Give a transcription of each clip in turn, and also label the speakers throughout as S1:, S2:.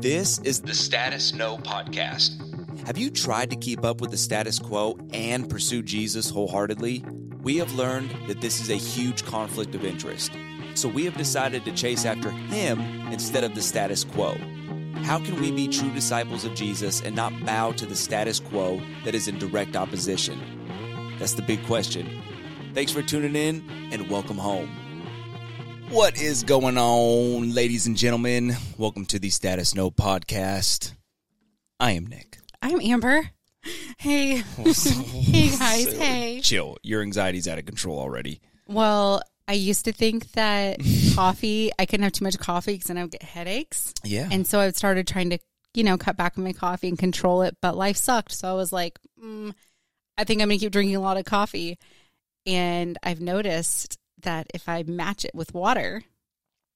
S1: This is
S2: the Status No podcast.
S1: Have you tried to keep up with the status quo and pursue Jesus wholeheartedly? We have learned that this is a huge conflict of interest. So we have decided to chase after him instead of the status quo. How can we be true disciples of Jesus and not bow to the status quo that is in direct opposition? That's the big question. Thanks for tuning in and welcome home. What is going on, ladies and gentlemen? Welcome to the Status No podcast. I am Nick.
S3: I'm Amber. Hey. hey guys,
S1: So,
S3: hey.
S1: Chill. Your anxiety's out of control already.
S3: Well, I used to think that coffee, I couldn't have too much coffee because then I would get headaches.
S1: Yeah.
S3: And so I started trying to, you know, cut back on my coffee and control it, but life sucked. So I was like, mm, I think I'm going to keep drinking a lot of coffee. And I've noticed that if I match it with water,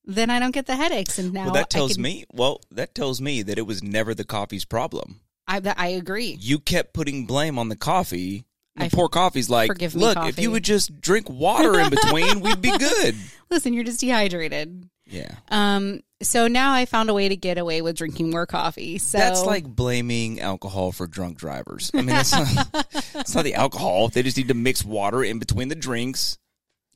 S3: then I don't get the headaches. And now
S1: well, that tells
S3: I can-
S1: me. Well, that tells me that it was never the coffee's problem.
S3: I, that I agree.
S1: You kept putting blame on the coffee. The
S3: I-
S1: poor coffee's like,
S3: forgive me,
S1: look, if
S3: coffee."
S1: you would just drink water in between, we'd be good.
S3: Listen, you're just dehydrated.
S1: Yeah.
S3: Um, so now I found a way to get away with drinking more coffee. So
S1: That's like blaming alcohol for drunk drivers. I mean, that's not, it's not the alcohol. They just need to mix water in between the drinks.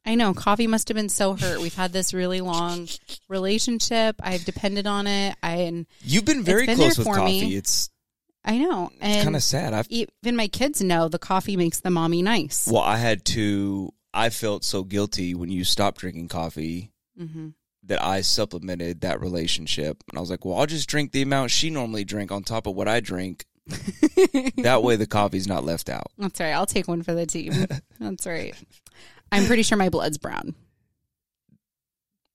S3: I know coffee must have been so hurt. We've had this really long relationship. I've depended on it. I and
S1: You've been very
S3: been
S1: close with
S3: there for me.
S1: coffee. It's,
S3: I know.
S1: it's
S3: And
S1: kind of sad. I've
S3: even my kids know the coffee makes the mommy nice.
S1: Well, I had to. I felt so guilty when you stopped drinking coffee
S3: hmm
S1: that I supplemented that relationship, and I was like, "Well, I'll just drink the amount she normally drink on top of what I drink. that way, the coffee's not left out."
S3: That's right. I'll take one for the team. That's right. I'm pretty sure my blood's brown.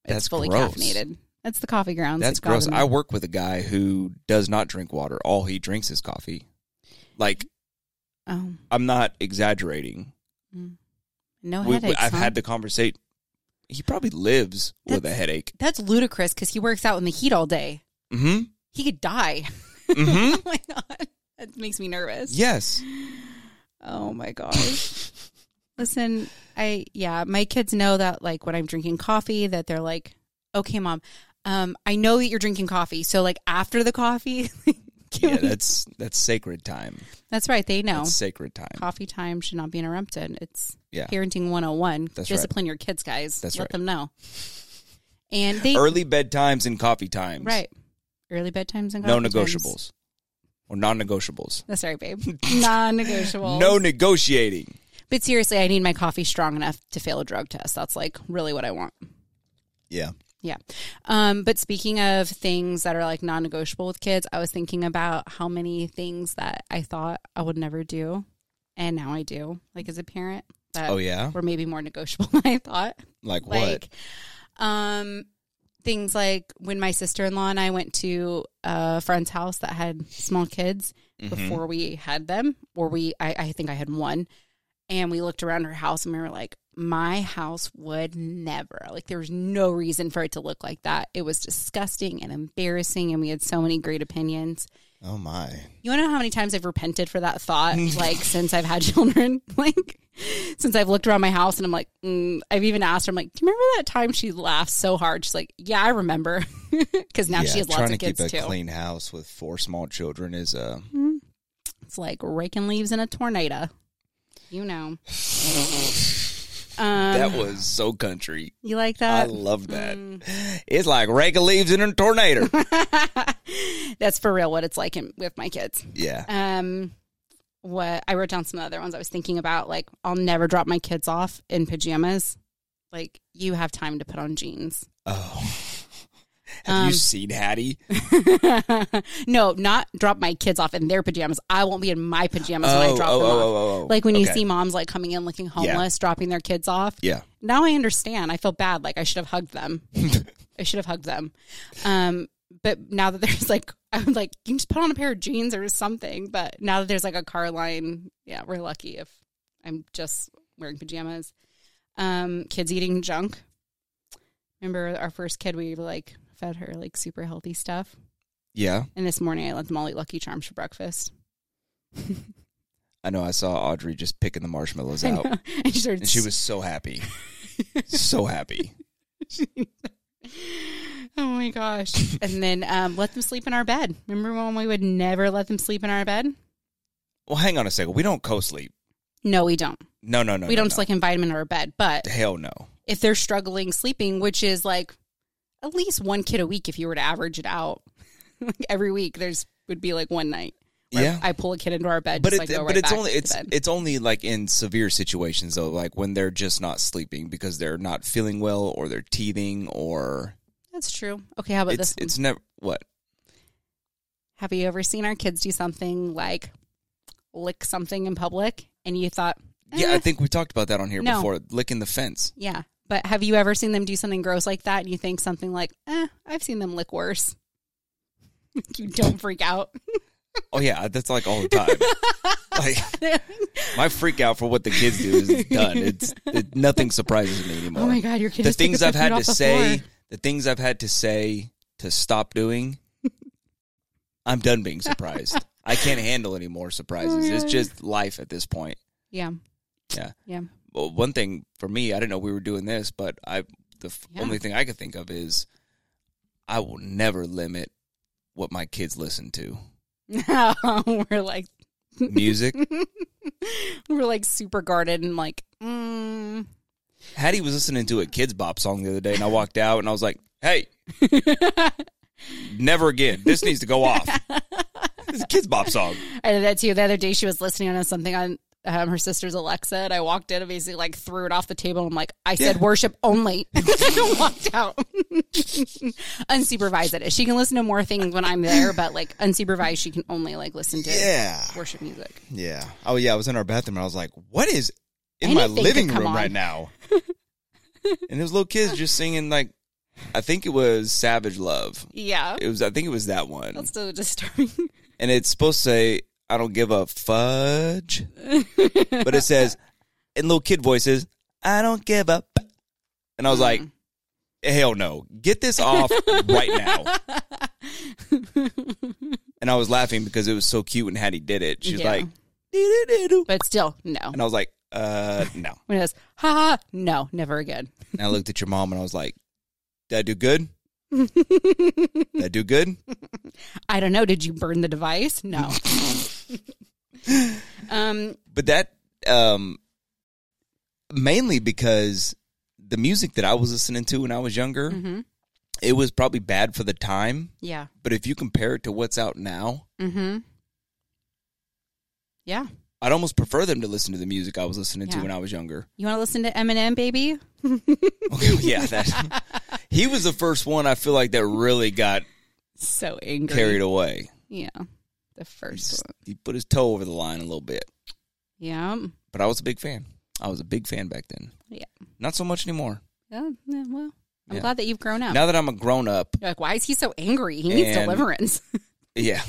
S3: It's
S1: That's
S3: fully
S1: gross.
S3: caffeinated. That's the coffee grounds.
S1: That's
S3: that got
S1: gross.
S3: in
S1: I work with a guy who does not drink water. All he drinks is coffee. Like
S3: there. oh,
S1: I'm not exaggerating.
S3: no
S1: We- we-
S3: Oh, headaches.
S1: I've
S3: huh?
S1: had the conversation. He probably lives with a
S3: That's-
S1: headache.
S3: That's ludicrous because he works out in the heat all day.
S1: Hmm.
S3: He could die.
S1: Hmm.
S3: oh my god, that makes me nervous.
S1: yes.
S3: Oh my gosh. Listen, I yeah, my kids know that like when I'm drinking coffee that they're like, "Okay, mom, um I know that you're drinking coffee." So like after the coffee, can
S1: Yeah.
S3: we-
S1: That's that's sacred time.
S3: that's right, they know.
S1: That's sacred time.
S3: Coffee time should not be interrupted. It's
S1: Yeah.
S3: parenting 101.
S1: That's right.
S3: Discipline your kids, guys.
S1: That's
S3: Let
S1: right.
S3: them know. And they
S1: early bedtimes and coffee times.
S3: right. Early bedtimes and
S1: No
S3: coffee times.
S1: negotiables or non negotiables.
S3: That's right, babe. Non-negotiable.
S1: No negotiating.
S3: But seriously, I need my coffee strong enough to fail a drug test. That's like really what I want.
S1: Yeah.
S3: Yeah. Um, but speaking of things that are like non negotiable with kids, I was thinking about how many things that I thought I would never do and now I do, like as a parent that
S1: Oh, yeah.
S3: were maybe more negotiable than I thought.
S1: Like,
S3: Like um things like when my sister in law and I went to a friend's house that had small kids before we had them, or we I, I think I had one. And we looked around her house and we were like, my house would never. Like, there was no reason for it to look like that. It was disgusting and embarrassing. And we had so many great opinions.
S1: what? Oh my.
S3: You want to know how many times I've repented for that thought, like since I've had children, like since I've looked around my house and I'm like, mm, I've even asked her, I'm like, do you remember that time she laughed so hard? She's like, yeah, I remember, because now she has lots of kids too.
S1: house with four small children is uh
S3: It's like raking leaves in a tornado, you know. um,
S1: that was so country.
S3: you like
S1: I
S3: that?
S1: love that.
S3: mm.
S1: It's like raking leaves in a tornado.
S3: That's for real. What it's like in, with my kids.
S1: yeah.
S3: um what I wrote down some other ones I was thinking about like I'll never drop my kids off in pajamas. Like you have time to put on jeans.
S1: Oh. Have you
S3: Um,
S1: seen Hattie?
S3: no, not drop my kids off in their pajamas. I won't be in my pajamas when I drop them off.
S1: oh, oh.
S3: Like when you
S1: Okay.
S3: see moms like coming in looking homeless, dropping their kids off.
S1: Yeah.
S3: Now I understand. I feel bad. Like I should have hugged them. I should have hugged them. Um, but now that there's like, I would like, you can just put on a pair of jeans or something. But now that there's like a car line, yeah, we're lucky if I'm just wearing pajamas. Um, kids eating junk. Remember our first kid, we like fed her like super healthy stuff.
S1: Yeah.
S3: And this morning I let them all eat Lucky Charms for breakfast.
S1: I know I saw Audrey just picking the marshmallows out.
S3: and she started
S1: And she was so happy. so happy.
S3: Oh my gosh. and then um, let them sleep in our bed. Remember when we would never let them sleep in our bed?
S1: Well, hang on a second. We don't co sleep.
S3: No, we don't.
S1: No, no, no.
S3: we
S1: no,
S3: don't just
S1: no.
S3: like invite them into our bed. But
S1: Hell no.
S3: if they're struggling sleeping, which is like at least one kid a week, if you were to average it out, like every week, there's would be like one night. where
S1: Yeah.
S3: I pull a kid into our bed,
S1: But
S3: just
S1: it,
S3: like go
S1: but
S3: right
S1: it's
S3: back
S1: only
S3: to
S1: it's
S3: bed.
S1: it's only like in severe situations though, like when they're just not sleeping because they're not feeling well or they're teething or
S3: that's true. Okay, how about
S1: it's
S3: this? One?
S1: it's never what
S3: Have you ever seen our kids do something like lick something in public, and you thought,
S1: Yeah,
S3: eh,
S1: I think we talked about that on here
S3: No.
S1: before. Licking the fence.
S3: yeah. But have you ever seen them do something gross like that, and you think something like, eh, I've seen them lick worse. you don't freak out.
S1: Oh yeah, that's like all the time. like
S3: Oh
S1: my freak out for what the kids do is done. It's it, nothing surprises me anymore.
S3: Oh my god, your kid!
S1: the
S3: just picked
S1: things
S3: up
S1: I've
S3: the
S1: had
S3: food
S1: to
S3: off the
S1: say,
S3: floor.
S1: the things I've had to say to stop doing, I'm done being surprised. I can't handle any more surprises.
S3: Oh,
S1: it's
S3: yeah.
S1: just life at this point.
S3: Yeah,
S1: Yeah.
S3: yeah.
S1: Well, one thing for me, I didn't know we were doing this, but I the f
S3: Yeah.
S1: only thing I could think of is I will never limit what my kids listen to.
S3: we're like
S1: Music.
S3: we're like super guarded and like mm.
S1: Hattie was listening to a kids bop song the other day, and I walked out and I was like, "Hey, never again. This needs to go off." It's a kids bop song.
S3: I did that too. The other day, she was listening to something on um, her sister's Alexa, and I walked in and basically like threw it off the table. I'm like, I said
S1: Yeah.
S3: worship only. I walked out. unsupervised it. is. She can listen to more things when I'm there, but like unsupervised, she can only like listen to
S1: Yeah,
S3: worship music.
S1: yeah. Oh yeah, I was in our bathroom and I was like, "What is in
S3: Anything
S1: my
S3: could
S1: living
S3: come
S1: room
S3: on.
S1: right now?" and those little kids just singing like, I think it was "Savage Love."
S3: Yeah,
S1: It was, I think it was that one,
S3: that's so disturbing.
S1: and it's supposed to say, "I don't give a fudge," but it says in little kid voices, "I don't give a," p-" and I was like. Hell no. Get this off right now. And I was laughing because it was so cute when Hattie did it. She was
S3: Yeah.
S1: like, "Dee-dee-dee-doo."
S3: but still, no.
S1: and I was like, uh, no.
S3: When it was, ha ha, no, never again.
S1: And I looked at your mom and I was like, did I do good? did I do good?
S3: I don't know. Did you burn the device? No. um,
S1: But that, um, mainly because the music that I was listening to when I was younger,
S3: mhm.
S1: it was probably bad for the time.
S3: yeah.
S1: But if you compare it to what's out now,
S3: Mm-hmm. Yeah.
S1: I'd almost prefer them to listen to the music I was listening to
S3: Yeah.
S1: when I was younger.
S3: You want to listen to Eminem, baby?
S1: Okay, yeah, that he was the first one I feel like that really got
S3: So angry.
S1: carried away.
S3: Yeah.
S1: He
S3: The first
S1: just-
S3: one.
S1: he put his toe over the line a little bit,
S3: Yeah.
S1: but I was a big fan. I was a big fan back then.
S3: Yeah.
S1: Not so much anymore.
S3: Yeah. yeah, Well, I'm
S1: Yeah.
S3: glad that you've grown up.
S1: Now that I'm a grown up,
S3: You're like, why is he so angry? He needs
S1: And-
S3: deliverance.
S1: yeah.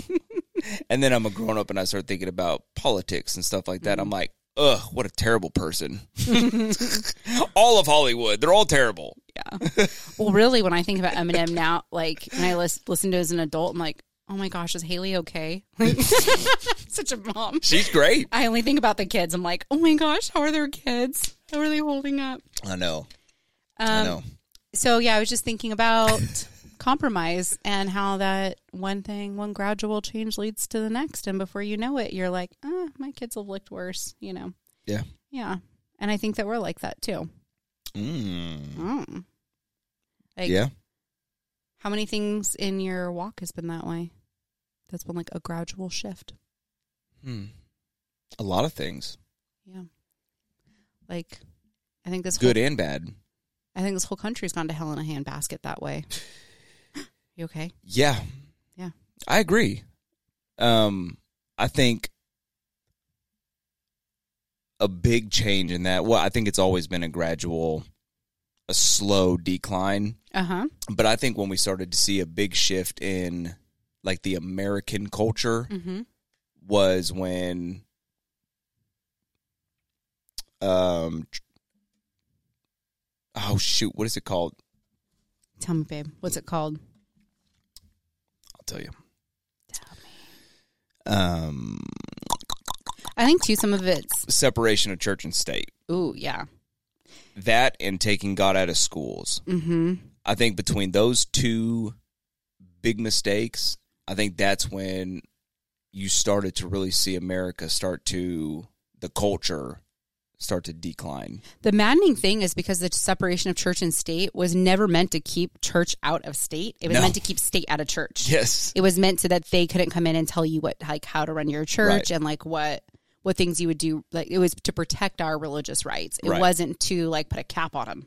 S1: and then I'm a grown up and I start thinking about politics and stuff like that. I'm like, ugh, what a terrible person. all of Hollywood, they're all terrible.
S3: well, really, when I think about Eminem now, like when I lis- listen to it as an adult, I'm like, oh my gosh, is Haley okay? Like, such a mom.
S1: She's great.
S3: I only think about the kids. I'm like, oh my gosh, how are their kids? How are they holding up?
S1: I know.
S3: Um,
S1: I know.
S3: So yeah, I was just thinking about compromise and how that one thing, one gradual change leads to the next, and before you know it, you're like, uh, my kids have looked worse, you know.
S1: Yeah.
S3: Yeah, and I think that we're like that too.
S1: Mm.
S3: Mm. Like,
S1: yeah.
S3: How many things in your walk has been that way? That's been like a gradual shift.
S1: Hmm. A lot of things,
S3: Yeah. Like, I think this
S1: good and bad.
S3: Whole, I think this whole country's gone to hell in a handbasket that way. you okay?
S1: Yeah.
S3: Yeah.
S1: I agree. Um I think a big change in that. Well, I think it's always been a gradual a slow decline,
S3: Uh huh.
S1: but I think when we started to see a big shift in like the American culture
S3: Mm-hmm.
S1: was when um tr- oh shoot, what is it called?
S3: Tell me, babe, what's it called?
S1: I'll tell you.
S3: Tell me.
S1: Um
S3: I think too some of it's
S1: separation of church and state.
S3: ooh yeah.
S1: that and taking God out of schools.
S3: Mm-hmm.
S1: I think between those two big mistakes, I think that's when you started to really see America start to the culture start to decline.
S3: The maddening thing is because the separation of church and state was never meant to keep church out of state. It was
S1: No.
S3: meant to keep state out of church.
S1: Yes.
S3: It was meant so that they couldn't come in and tell you what like how to run your church
S1: Right.
S3: and like what what things you would do. Like it was to protect our religious rights. It
S1: Right.
S3: wasn't to like put a cap on them.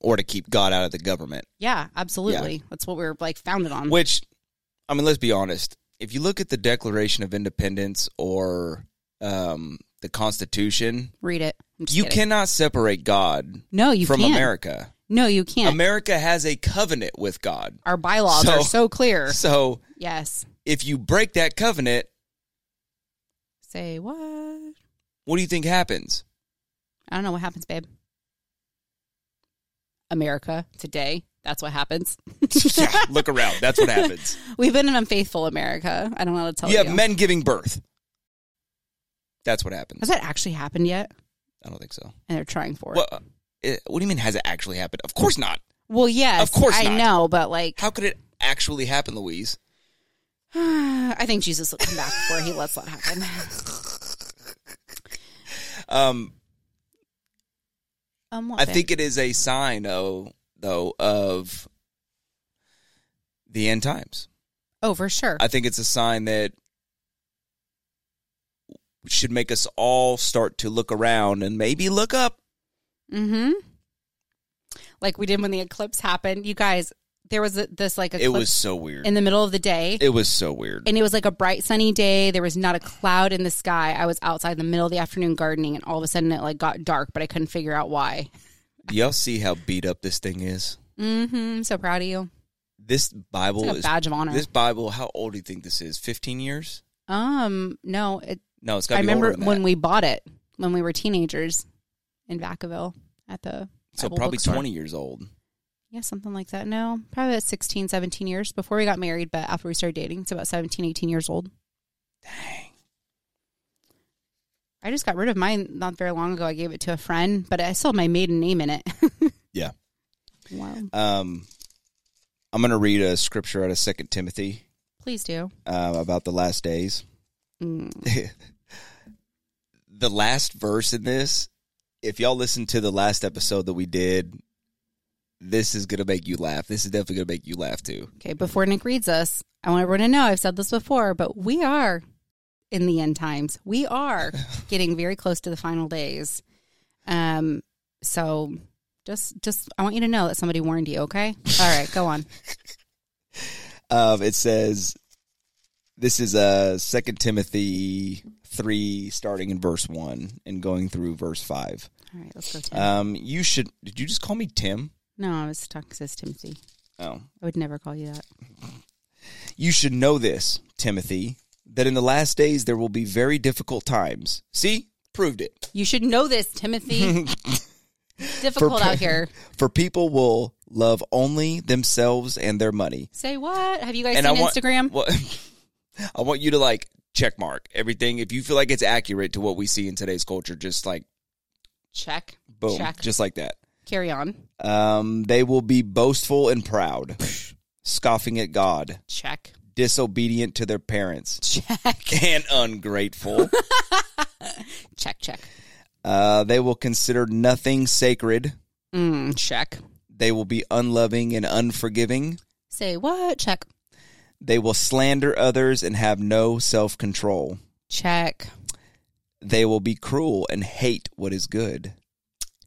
S1: Or to keep God out of the government.
S3: Yeah, absolutely. That's what we were like founded on.
S1: Which, I mean, let's be honest. If you look at the Declaration of Independence or um, the Constitution,
S3: Read it. I'm just
S1: you
S3: kidding.
S1: cannot separate God
S3: No, you
S1: from
S3: can't.
S1: America.
S3: No, you can't.
S1: America has a covenant with God.
S3: our bylaws
S1: So-
S3: are so clear.
S1: So
S3: Yes.
S1: if you break that covenant,
S3: Say what? I
S1: what do you think happens?
S3: don't know what happens, babe. America today. That's what happens.
S1: Yeah, look around. That's what happens.
S3: We've been an unfaithful America. I don't know how to tell
S1: you
S3: you.
S1: have men giving birth. That's what happens.
S3: Has that actually happened yet?
S1: I don't think so.
S3: And they're trying for it.
S1: What, eh, what do you mean? Has it actually happened? Of course not.
S3: Well, yes,
S1: Of course
S3: I
S1: not.
S3: know, but like,
S1: How could it actually happen, Louise?
S3: I think Jesus will come back before he lets that happen.
S1: Um,
S3: Um, what,
S1: I
S3: babe?
S1: think it is a sign, though, though, of the end times.
S3: Oh, for sure.
S1: I think it's a sign that should make us all start to look around and maybe look up.
S3: mm-hmm. Like we did when the eclipse happened, you guys. There was a, this like eclipse
S1: It was so weird.
S3: in the middle of the day,
S1: It was so weird.
S3: and it was like a bright sunny day. There was not a cloud in the sky. I was outside in the middle of the afternoon gardening, and all of a sudden it like got dark, but I couldn't figure out why.
S1: Do y'all see how beat up this thing is?
S3: Mm-hmm. So proud of you.
S1: This Bible
S3: It's like a
S1: is
S3: badge of honor.
S1: this Bible. How old do you think this is? Fifteen years?
S3: um, no, it,
S1: No, it's got.
S3: I remember when we bought it when we were teenagers in Vacaville at the
S1: so
S3: Bible
S1: probably
S3: bookstore.
S1: twenty years old.
S3: Yeah, something like that. No, probably about 16, 17 years before we got married, but after we started dating, it's about 17, 18 years old.
S1: Dang.
S3: I just got rid of mine not very long ago. I gave it to a friend, but I still have my maiden name in it.
S1: Yeah.
S3: Wow.
S1: Um, I'm gonna read a scripture out of Second Timothy
S3: Please do.
S1: uh, about the last days.
S3: Mm.
S1: the last verse in this, if y'all listen to the last episode that we did, this is gonna make you laugh. This is definitely gonna make you laugh too.
S3: Okay, before Nick reads us, I want everyone to know I've said this before, but we are in the end times. We are getting very close to the final days. Um, so just just I want you to know that somebody warned you, okay? All right, go on.
S1: Um, it says, "This is uh, Second Timothy three, starting in verse one and going through verse five.
S3: All right, let's go Tim.
S1: Um, you should. Did you just call me Tim?
S3: no, I was talking to Timothy.
S1: Oh,
S3: I would never call you that.
S1: you should know this, Timothy, that in the last days there will be very difficult times. See, proved it.
S3: You should know this, Timothy. Difficult
S1: For-
S3: out here.
S1: For people will love only themselves and their money.
S3: Say what? Have you guys
S1: and
S3: seen
S1: want,
S3: Instagram?
S1: Well, I want you to like check mark everything. If you feel like it's accurate to what we see in today's culture, just like
S3: Check.
S1: boom,
S3: Check.
S1: just like that.
S3: Carry on.
S1: Um, they will be boastful and proud, scoffing at God,
S3: Check.
S1: disobedient to their parents,
S3: Check.
S1: and ungrateful.
S3: Check. Check.
S1: uh, they will consider nothing sacred.
S3: Mm, check.
S1: They will be unloving and unforgiving.
S3: Say what? Check.
S1: They will slander others and have no self control.
S3: Check.
S1: They will be cruel and hate what is good.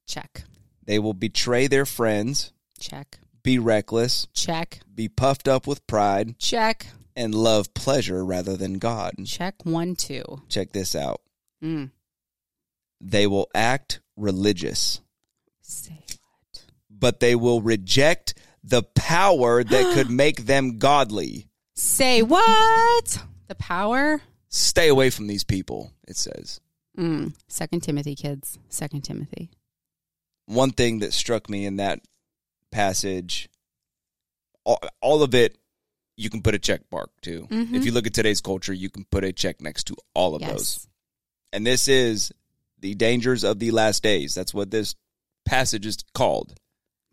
S3: Check.
S1: They will betray their friends,
S3: Check.
S1: be reckless,
S3: Check.
S1: be puffed up with pride,
S3: Check.
S1: and love pleasure rather than God.
S3: Check one, two.
S1: Check this out.
S3: Mm.
S1: They will act religious,
S3: Say what?
S1: but they will reject the power that could make them godly.
S3: Say what? The power.
S1: Stay away from these people, it says.
S3: Mm. Second Timothy, kids. Second Timothy.
S1: One thing that struck me in that passage, all, all of it, you can put a check mark to.
S3: Mhm.
S1: If you look at today's culture, you can put a check next to all of those.
S3: Yes.
S1: And this is the dangers of the last days. That's what this passage is called.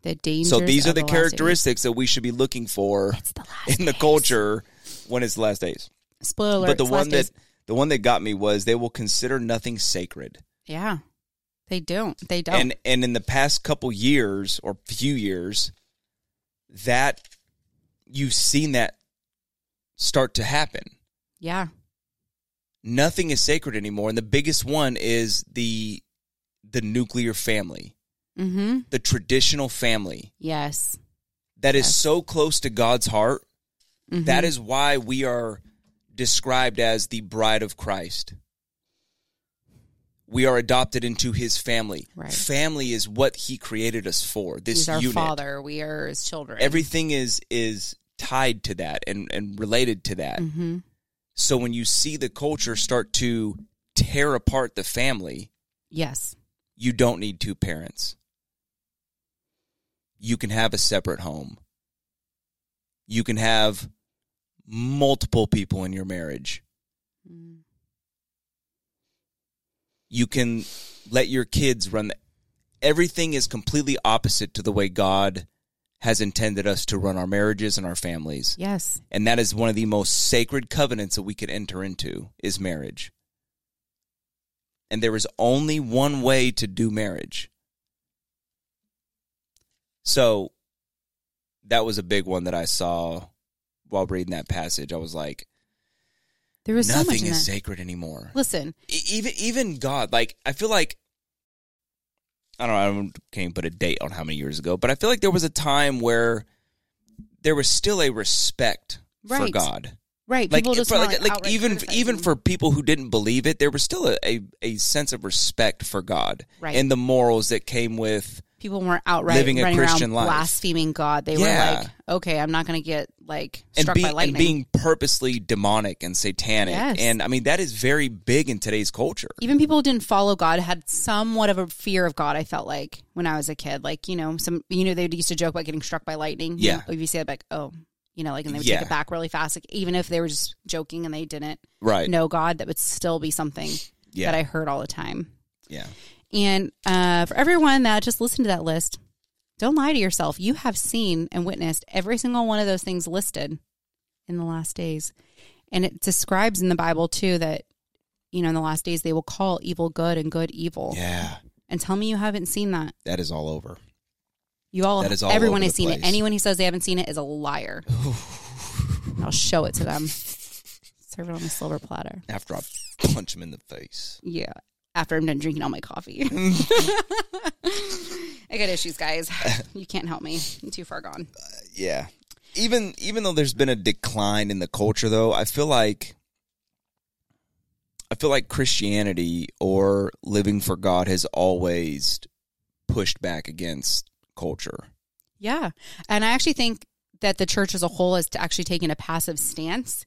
S3: The dangers.
S1: So these are
S3: of
S1: the
S3: a last
S1: characteristics that we should be looking for
S3: days. It's the last
S1: in the
S3: days.
S1: culture when it's the last days.
S3: Spoiler alert.
S1: but the
S3: it's last
S1: one that
S3: days.
S1: the one that got me was they will consider nothing sacred.
S3: Yeah. They don't. They don't.
S1: And and in the past couple years or few years, that you've seen that start to happen.
S3: yeah.
S1: Nothing is sacred anymore, and the biggest one is the the nuclear family,
S3: Mm-hmm.
S1: the traditional family
S3: Yes.
S1: that is
S3: Yes.
S1: so close to God's heart.
S3: Mhm.
S1: That is why we are described as the bride of Christ. We are adopted into his family.
S3: Right.
S1: Family is what he created us for. This
S3: He's our
S1: unit.
S3: father. We are his children.
S1: Everything is is tied to that and, and related to that.
S3: Mm-hmm.
S1: So when you see the culture start to tear apart the family,
S3: Yes.
S1: you don't need two parents. You can have a separate home. You can have multiple people in your marriage.
S3: Mm.
S1: you can let your kids run everything is completely opposite to the way god has intended us to run our marriages and our families
S3: Yes.
S1: and that is one of the most sacred covenants that we could enter into is marriage and there is only one way to do marriage so that was a big one that i saw while reading that passage i was like
S3: There was so much
S1: nothing
S3: in
S1: is
S3: that.
S1: sacred anymore
S3: Listen.
S1: E- even even God, like I feel like I don't know, I don't, can't even put a date on how many years ago, but I feel like there was a time where there was still a respect for
S3: Right.
S1: God,
S3: Right.
S1: like
S3: people just
S1: for,
S3: wanna,
S1: like, like
S3: outright
S1: even
S3: criticize
S1: even
S3: him.
S1: for people who didn't believe it, there was still a, a, a sense of respect for God
S3: Right.
S1: and the morals that came with
S3: people weren't outright
S1: living a
S3: running
S1: Christian
S3: around
S1: life.
S3: blaspheming God. They
S1: Yeah.
S3: were like, okay, I'm not going to get like
S1: and,
S3: struck
S1: be,
S3: by
S1: and
S3: lightning.
S1: being purposely demonic and satanic,
S3: Yes.
S1: and I mean that is very big in today's culture.
S3: even people who didn't follow God had somewhat of a fear of God. I felt like when I was a kid, like you know, some you know they used to joke about getting struck by lightning. You
S1: Yeah.
S3: know, if you say that, like oh, you know, like and they would
S1: Yeah.
S3: take it back really fast. Like even if they were just joking and they didn't
S1: Right?
S3: know God, that would still be something
S1: Yeah.
S3: that I heard all the time.
S1: Yeah.
S3: And uh, for everyone that just listened to that list, don't lie to yourself. You have seen and witnessed every single one of those things listed in the last days. And it describes in the Bible too that, you know, in the last days they will call evil good and good evil.
S1: Yeah.
S3: And tell me you haven't seen that.
S1: That is all over.
S3: You all,
S1: That is all
S3: everyone
S1: over
S3: has
S1: the
S3: seen it.
S1: place.
S3: Anyone who says they haven't seen it is a liar. And I'll show it to them. Serve it on a silver platter.
S1: after I punch him in the face.
S3: Yeah. After I'm done drinking all my coffee. I got issues, guys. You can't help me. I'm too far gone.
S1: Yeah. Even even though there's been a decline in the culture though, I feel like I feel like Christianity or living for God has always pushed back against culture.
S3: Yeah. And I actually think that the church as a whole has actually taken a passive stance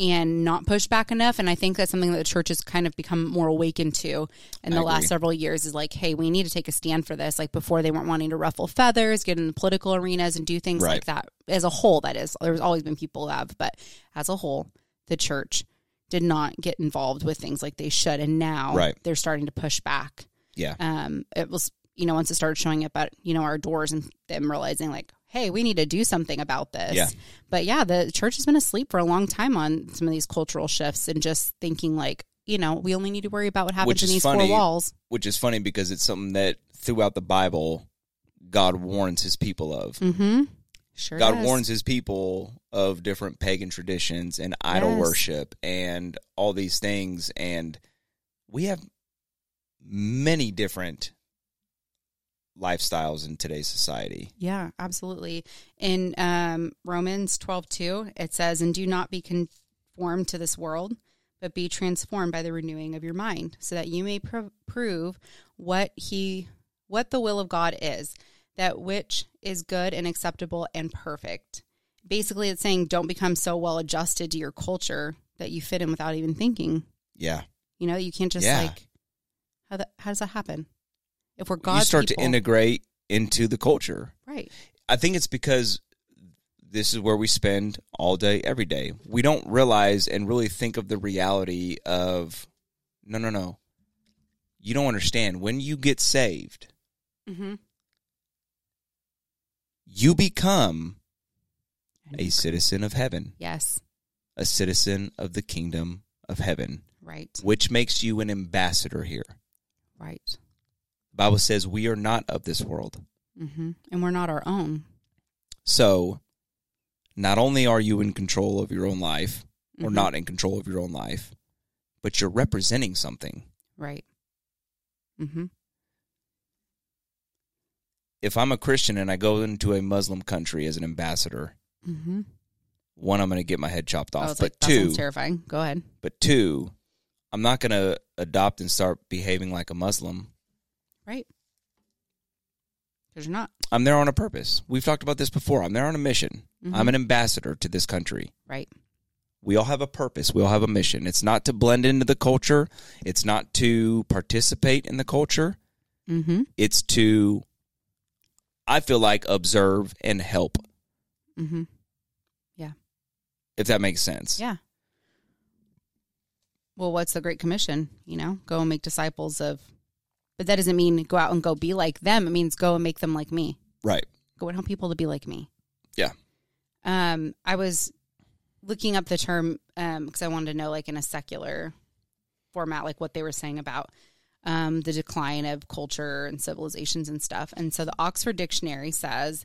S3: and not pushed back enough. And I think that's something that the church has kind of become more awakened to in
S1: I
S3: the
S1: agree.
S3: last several years is like, hey, we need to take a stand for this. Like before they weren't wanting to ruffle feathers, get in the political arenas and do things
S1: Right.
S3: like that. As a whole, that is. There's always been people that have, but as a whole, the church did not get involved with things like they should. And now
S1: Right.
S3: they're starting to push back
S1: Yeah.
S3: um, it was you know once it started showing up at you know our doors and them realizing like hey we need to do something about this
S1: Yeah.
S3: but yeah the church has been asleep for a long time on some of these cultural shifts and just thinking like you know we only need to worry about what happens
S1: Which
S3: in
S1: is
S3: these
S1: funny.
S3: four walls
S1: Which is funny because it's something that throughout the Bible God warns his people of.
S3: mm-hmm sure
S1: God
S3: does.
S1: warns his people of different pagan traditions and idol
S3: Yes.
S1: worship and all these things. And we have many different lifestyles in today's society.
S3: yeah absolutely in um, romans twelve two, it says and do not be conformed to this world but be transformed by the renewing of your mind so that you may pro- prove what he what the will of god is that which is good and acceptable and perfect basically it's saying don't become so well adjusted to your culture that you fit in without even thinking
S1: Yeah.
S3: you know you can't just
S1: Yeah.
S3: like how, that, how does that happen if we're god's
S1: you start
S3: people-
S1: to integrate into the culture.
S3: right
S1: I think it's because this is where we spend all day, every day. We don't realize and really think of the reality of no, no, no. You don't understand. When you get saved,
S3: mm-hmm.
S1: you become a citizen of heaven,
S3: Yes.
S1: a citizen of the kingdom of heaven,
S3: Right.
S1: which makes you an ambassador here.
S3: Right.
S1: The Bible says we are not of this world.
S3: hmm And we're not our own.
S1: So, not only are you in control of your own life, or
S3: Mhm.
S1: not in control of your own life, but you're representing something.
S3: Right. Mm-hmm.
S1: If I'm a Christian and I go into a Muslim country as an ambassador,
S3: Mm-hmm.
S1: one, I'm going to get my head chopped
S3: I
S1: off,
S3: was
S1: but
S3: Oh, like, that
S1: two,
S3: sounds terrifying. Go ahead.
S1: but two, I'm not going to adopt and start behaving like a Muslim.
S3: Right. Because you're not.
S1: I'm there on a purpose. We've talked about this before. I'm there on a mission.
S3: Mhm.
S1: I'm an ambassador to this country.
S3: Right.
S1: We all have a purpose. We all have a mission. It's not to blend into the culture. It's not to participate in the culture.
S3: Mm-hmm.
S1: It's to, I feel like, observe and help,
S3: Mm-hmm.
S1: if that makes sense.
S3: Yeah. Well, what's the Great Commission? You know, go and make disciples of. But that doesn't mean go out and go be like them. It means go and make them like me.
S1: Right.
S3: Go and help people to be like me.
S1: Yeah.
S3: Um, I was looking up the term because I wanted to know, like, in a secular format, like what they were saying about um, the decline of culture and civilizations and stuff. And so the Oxford Dictionary says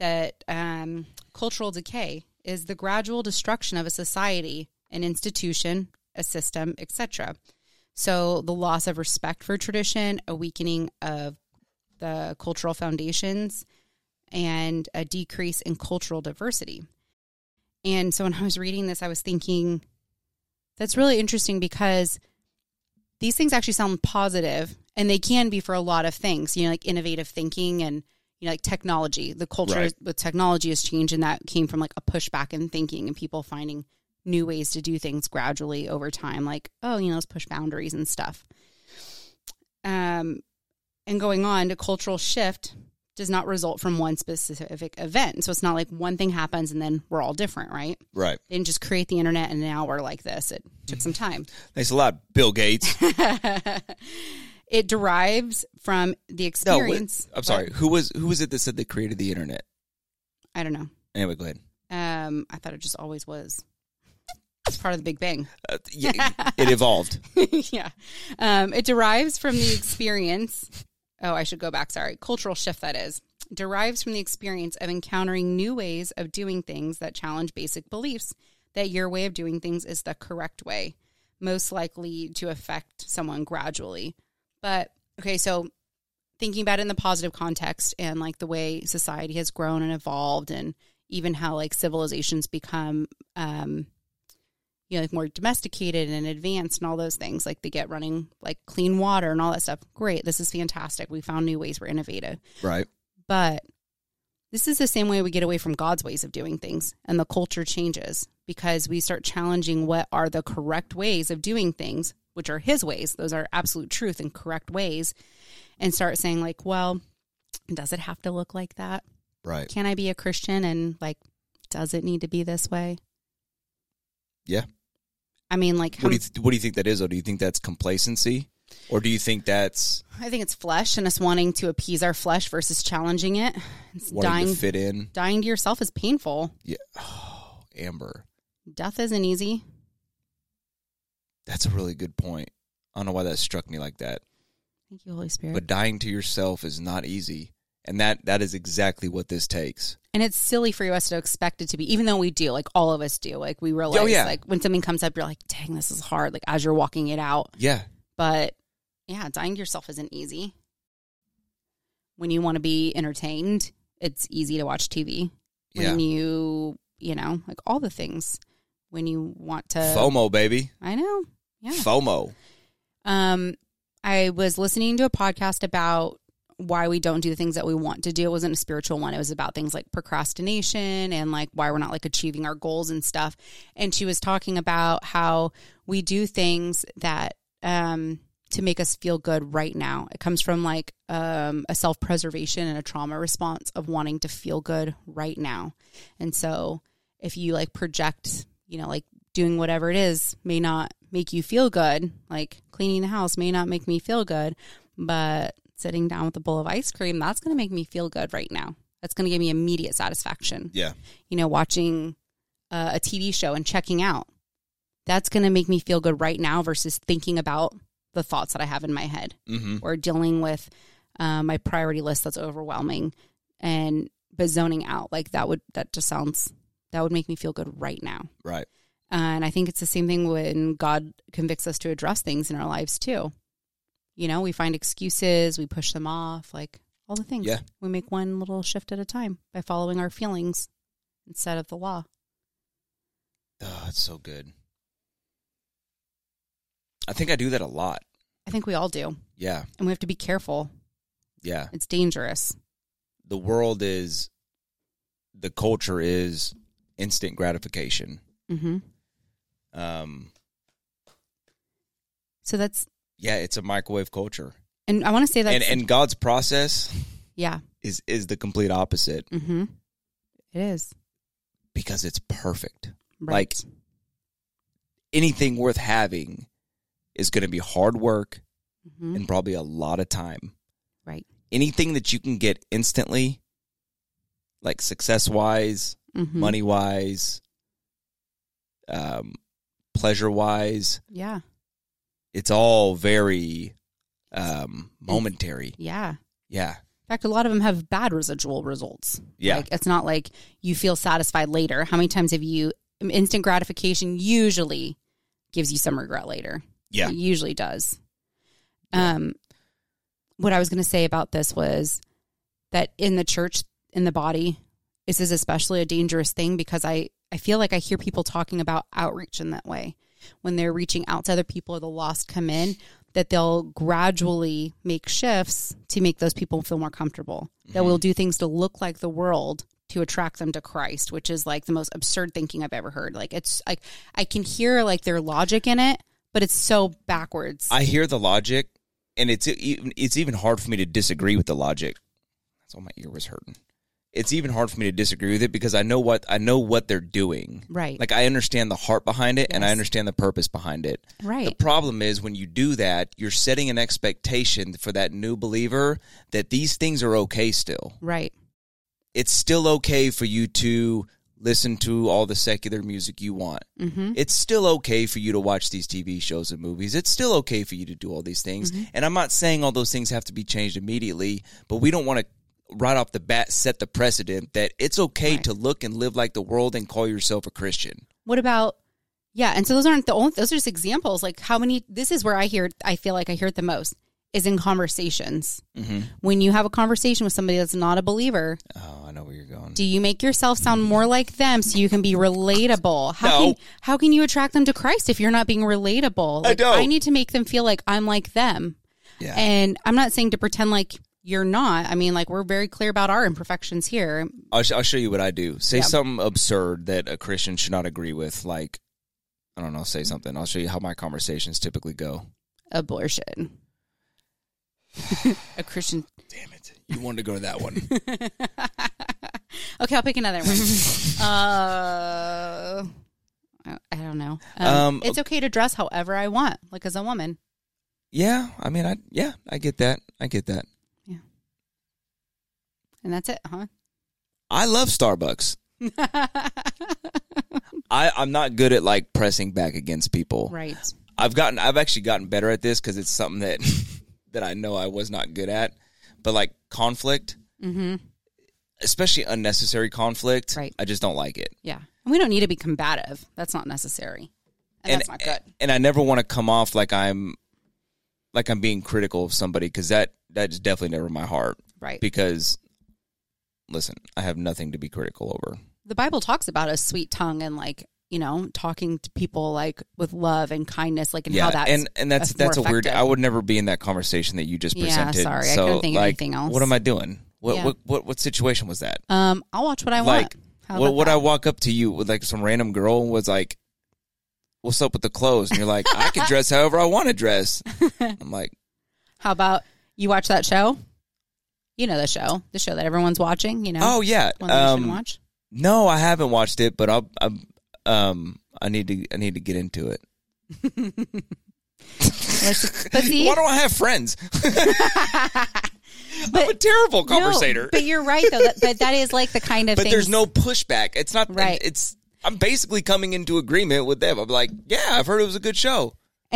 S3: that um, cultural decay is the gradual destruction of a society, an institution, a system, etc. So the loss of respect for tradition, a weakening of the cultural foundations, and a decrease in cultural diversity. And so when I was reading this, I was thinking, that's really interesting because these things actually sound positive and they can be for a lot of things, you know, like innovative thinking and, you know, like technology. The culture
S1: Right.
S3: with technology has changed and that came from like a pushback in thinking and people finding new ways to do things gradually over time, like, oh, you know, let's push boundaries and stuff. Um, and going on to cultural shift does not result from one specific event. So it's not like one thing happens and then we're all different, right?
S1: Right.
S3: They didn't just create the internet and now we're like this. It took some time.
S1: Thanks a lot, Bill Gates.
S3: it derives from the
S1: no, wait,
S3: experience.
S1: I'm sorry. Who was who was it that said they created the internet?
S3: I don't know.
S1: Anyway, go ahead.
S3: Um, I thought it just always was. It's part of the Big Bang.
S1: Uh, yeah, it evolved.
S3: yeah. Um, it derives from the experience. Oh, I should go back. Sorry. Cultural shift, that is. Derives from the experience of encountering new ways of doing things that challenge basic beliefs that your way of doing things is the correct way, most likely to affect someone gradually. But okay, so thinking about it in the positive context and like the way society has grown and evolved and even how like civilizations become um you know like more domesticated and advanced and all those things like they get running like clean water and all that stuff great this is fantastic we found new ways we're innovative
S1: Right.
S3: but this is the same way we get away from God's ways of doing things and the culture changes because we start challenging what are the correct ways of doing things, which are his ways. Those are absolute truth and correct ways and start saying like, well, does it have to look like that?
S1: Right.
S3: Can I be a Christian and like does it need to be this way?
S1: Yeah.
S3: I mean, like
S1: What do you th- What do you think that is? Though, do you think that's complacency, or do you think that's
S3: I think it's flesh and us wanting to appease our flesh versus challenging it. It's
S1: wanting
S3: dying
S1: to fit in?
S3: dying to yourself is painful.
S1: Yeah. Oh, Amber,
S3: Death isn't easy.
S1: that's a really good point. I don't know why that struck me like that,
S3: Thank you, Holy Spirit.
S1: but dying to yourself is not easy, and that that is exactly what this takes.
S3: and it's silly for us to expect it to be, even though we do, like all of us do. Like we realize,
S1: Oh, yeah.
S3: like when something comes up, you're like, dang, this is hard, like as you're walking it out.
S1: Yeah.
S3: But yeah, dying to yourself isn't easy. When you want to be entertained, it's easy to watch TV. When
S1: yeah.
S3: you, you know, like all the things. When you want to,
S1: FOMO, baby.
S3: I know. Yeah.
S1: FOMO.
S3: Um, I was listening to a podcast about why we don't do the things that we want to do. It wasn't a spiritual one. It was about things like procrastination and like why we're not like achieving our goals and stuff. And she was talking about how we do things that um to make us feel good right now. It comes from like um a self-preservation and a trauma response of wanting to feel good right now. And so if you like project, you know, like doing whatever it is may not make you feel good, like cleaning the house may not make me feel good, but sitting down with a bowl of ice cream, that's going to make me feel good right now. that's going to give me immediate satisfaction.
S1: Yeah.
S3: You know, watching uh, a TV show and checking out, that's going to make me feel good right now versus thinking about the thoughts that I have in my head
S1: Mm-hmm.
S3: or dealing with uh, my priority list that's overwhelming and but zoning out like that would that just sounds that would make me feel good right now Uh,
S1: Right.
S3: and i think it's the same thing when god convicts us to address things in our lives too you know we find excuses we push them off like all the things
S1: Yeah.
S3: we make one little shift at a time by following our feelings instead of the law
S1: Oh, it's so good. I think I do that a lot.
S3: i think we all do
S1: Yeah.
S3: and we have to be careful
S1: Yeah.
S3: it's dangerous
S1: The world is, the culture is instant gratification.
S3: hmm
S1: Um,
S3: so that's
S1: yeah, it's a microwave culture.
S3: and i want to say that
S1: and and God's process
S3: yeah
S1: is is the complete opposite
S3: mm-hmm. it is
S1: because it's perfect.
S3: Right.
S1: Like anything worth having is going to be hard work
S3: Mhm.
S1: and probably a lot of time.
S3: Right.
S1: Anything that you can get instantly like success-wise,
S3: Mhm.
S1: money-wise, um pleasure-wise,
S3: Yeah.
S1: it's all very um momentary.
S3: Yeah. In
S1: Yeah.
S3: fact, a lot of them have bad residual results.
S1: Yeah.
S3: Like, it's not like you feel satisfied later. How many times have you instant gratification usually gives you some regret later?
S1: Yeah.
S3: It usually does. Um, what I was going to say about this was that in the church, in the body, this is especially a dangerous thing because I, I feel like I hear people talking about outreach in that way. When they're reaching out to other people or the lost come in, that they'll gradually make shifts to make those people feel more comfortable. That
S1: Mm-hmm.
S3: we'll do things to look like the world to attract them to Christ, which is like the most absurd thinking I've ever heard. Like it's like I can hear like their logic in it, but it's so backwards.
S1: I hear the logic, and it's e-, even it's even hard for me to disagree with the logic. That's all my ear was hurting. It's even hard for me to disagree with it because I know what I know what they're doing.
S3: right.
S1: Like I understand the heart behind it, and I
S3: Yes.
S1: understand the purpose behind it. The
S3: right.
S1: problem is when you do that, you're setting an expectation for that new believer that these things are okay still.
S3: right.
S1: It's still okay for you to listen to all the secular music you want.
S3: Mm-hmm.
S1: It's still okay for you to watch these TV shows and movies. It's still okay for you to do all these things.
S3: Mm-hmm.
S1: And I'm not saying all those things have to be changed immediately, but we don't want to right off the bat set the precedent that it's okay
S3: Right.
S1: to look and live like the world and call yourself a Christian.
S3: What about yeah? And so those aren't the only. Those are just examples. Like how many? This is where I hear. I feel like I hear it the most is in conversations.
S1: Mm-hmm.
S3: When you have a conversation with somebody that's not a believer,
S1: Oh, I know where you're going.
S3: do you make yourself sound more like them so you can be relatable? How
S1: No.
S3: can how can you attract them to Christ if you're not being relatable? Like,
S1: don't.
S3: I need to make them feel like I'm like them.
S1: Yeah.
S3: And I'm not saying to pretend like you're not. I mean, like we're very clear about our imperfections here.
S1: I'll, sh- I'll show you what I do. Say
S3: Yeah.
S1: something absurd that a Christian should not agree with. Like, I don't know, say something. I'll show you how my conversations typically go.
S3: Abortion. a Christian.
S1: Damn it. You wanted to go to that one.
S3: Okay, I'll pick another one. uh, I, I don't know. Um,
S1: Um,
S3: it's okay to dress however I want, like as a woman.
S1: yeah. I mean, I, yeah, I get that. I get that.
S3: And that's it, huh?
S1: I love Starbucks. I, I'm not good at like pressing back against people.
S3: Right.
S1: I've gotten I've actually gotten better at this because it's something that that I know I was not good at. But like conflict,
S3: Mm-hmm.
S1: especially unnecessary conflict,
S3: Right.
S1: I just don't like it.
S3: Yeah. And we don't need to be combative. That's not necessary. And, that's not good.
S1: And I never want to come off like I'm like I'm being critical of somebody because that that is definitely never my heart.
S3: Right.
S1: Because listen, I have nothing to be critical over.
S3: the Bible talks about a sweet tongue and like, you know, talking to people like with love and kindness, like and how that's
S1: and and that's
S3: more
S1: that's a weird.
S3: effective.
S1: I would never be in that conversation that you just
S3: Yeah,
S1: presented.
S3: sorry, I
S1: so,
S3: couldn't think of
S1: like,
S3: anything else.
S1: What am I doing? What
S3: Yeah.
S1: what, what what situation was that?
S3: um I'll watch what I
S1: like,
S3: want. How
S1: what
S3: about
S1: would
S3: that?
S1: I walk up to you with like some random girl and was like, "What's up with the clothes?" And you're like, "I can dress however I want to dress." I'm like,
S3: How about you watch that show? You know the show. The show that everyone's watching, you know.
S1: "Oh yeah,
S3: One that you
S1: um,
S3: should watch.
S1: no, I haven't watched it, but I'll, I'm um I need to I need to get into it.
S3: Let's- but see,
S1: Why do I have friends? I'm a terrible
S3: No,
S1: conversator.
S3: but you're right though. That, but that is like the kind of
S1: but
S3: things-
S1: there's no pushback. It's not
S3: Right.
S1: It's I'm basically coming into agreement with them. I'm like, yeah, I've heard it was a good show.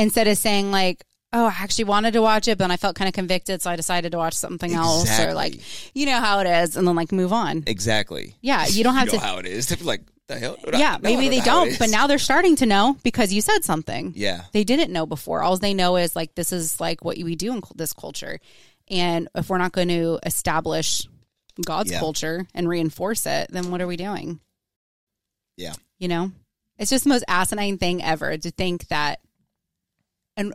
S3: instead of saying like, "Oh, I actually wanted to watch it, but I felt kind of convicted, so I decided to watch something else," or like, you know how it is, and then like move on.
S1: Exactly.
S3: Yeah, you don't have
S1: know
S3: to-
S1: how it is. They're like, the hell? No,
S3: yeah,
S1: I- no, I
S3: maybe they
S1: know how it
S3: don't, but
S1: is.
S3: now they're starting to know because you said something.
S1: Yeah.
S3: they didn't know before. All they know is like this is like what we do in cul- this culture, and if we're not going to establish God's
S1: Yeah.
S3: culture and reinforce it, then what are we doing?
S1: Yeah.
S3: You know, it's just the most asinine thing ever to think that, and